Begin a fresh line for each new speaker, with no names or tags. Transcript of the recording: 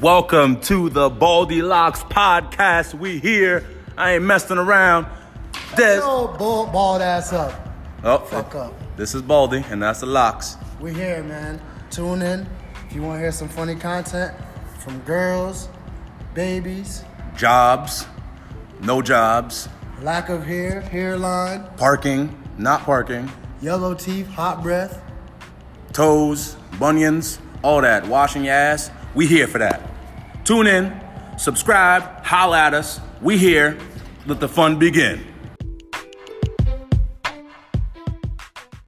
Welcome to the Baldy Locks podcast. We here. I ain't messing around. This
Yo, bald, bald ass up.
oh,
Fuck up.
This is Baldy, and that's the Locks.
We're here, man. Tune in if you want to hear some funny content from girls, babies,
Jobs, no jobs,
lack of hair, hairline,
parking, not parking,
yellow teeth, hot breath.
toes, bunions, all that. Washing your ass. We here for that. Tune in, subscribe, holla at us. We here. Let the fun begin.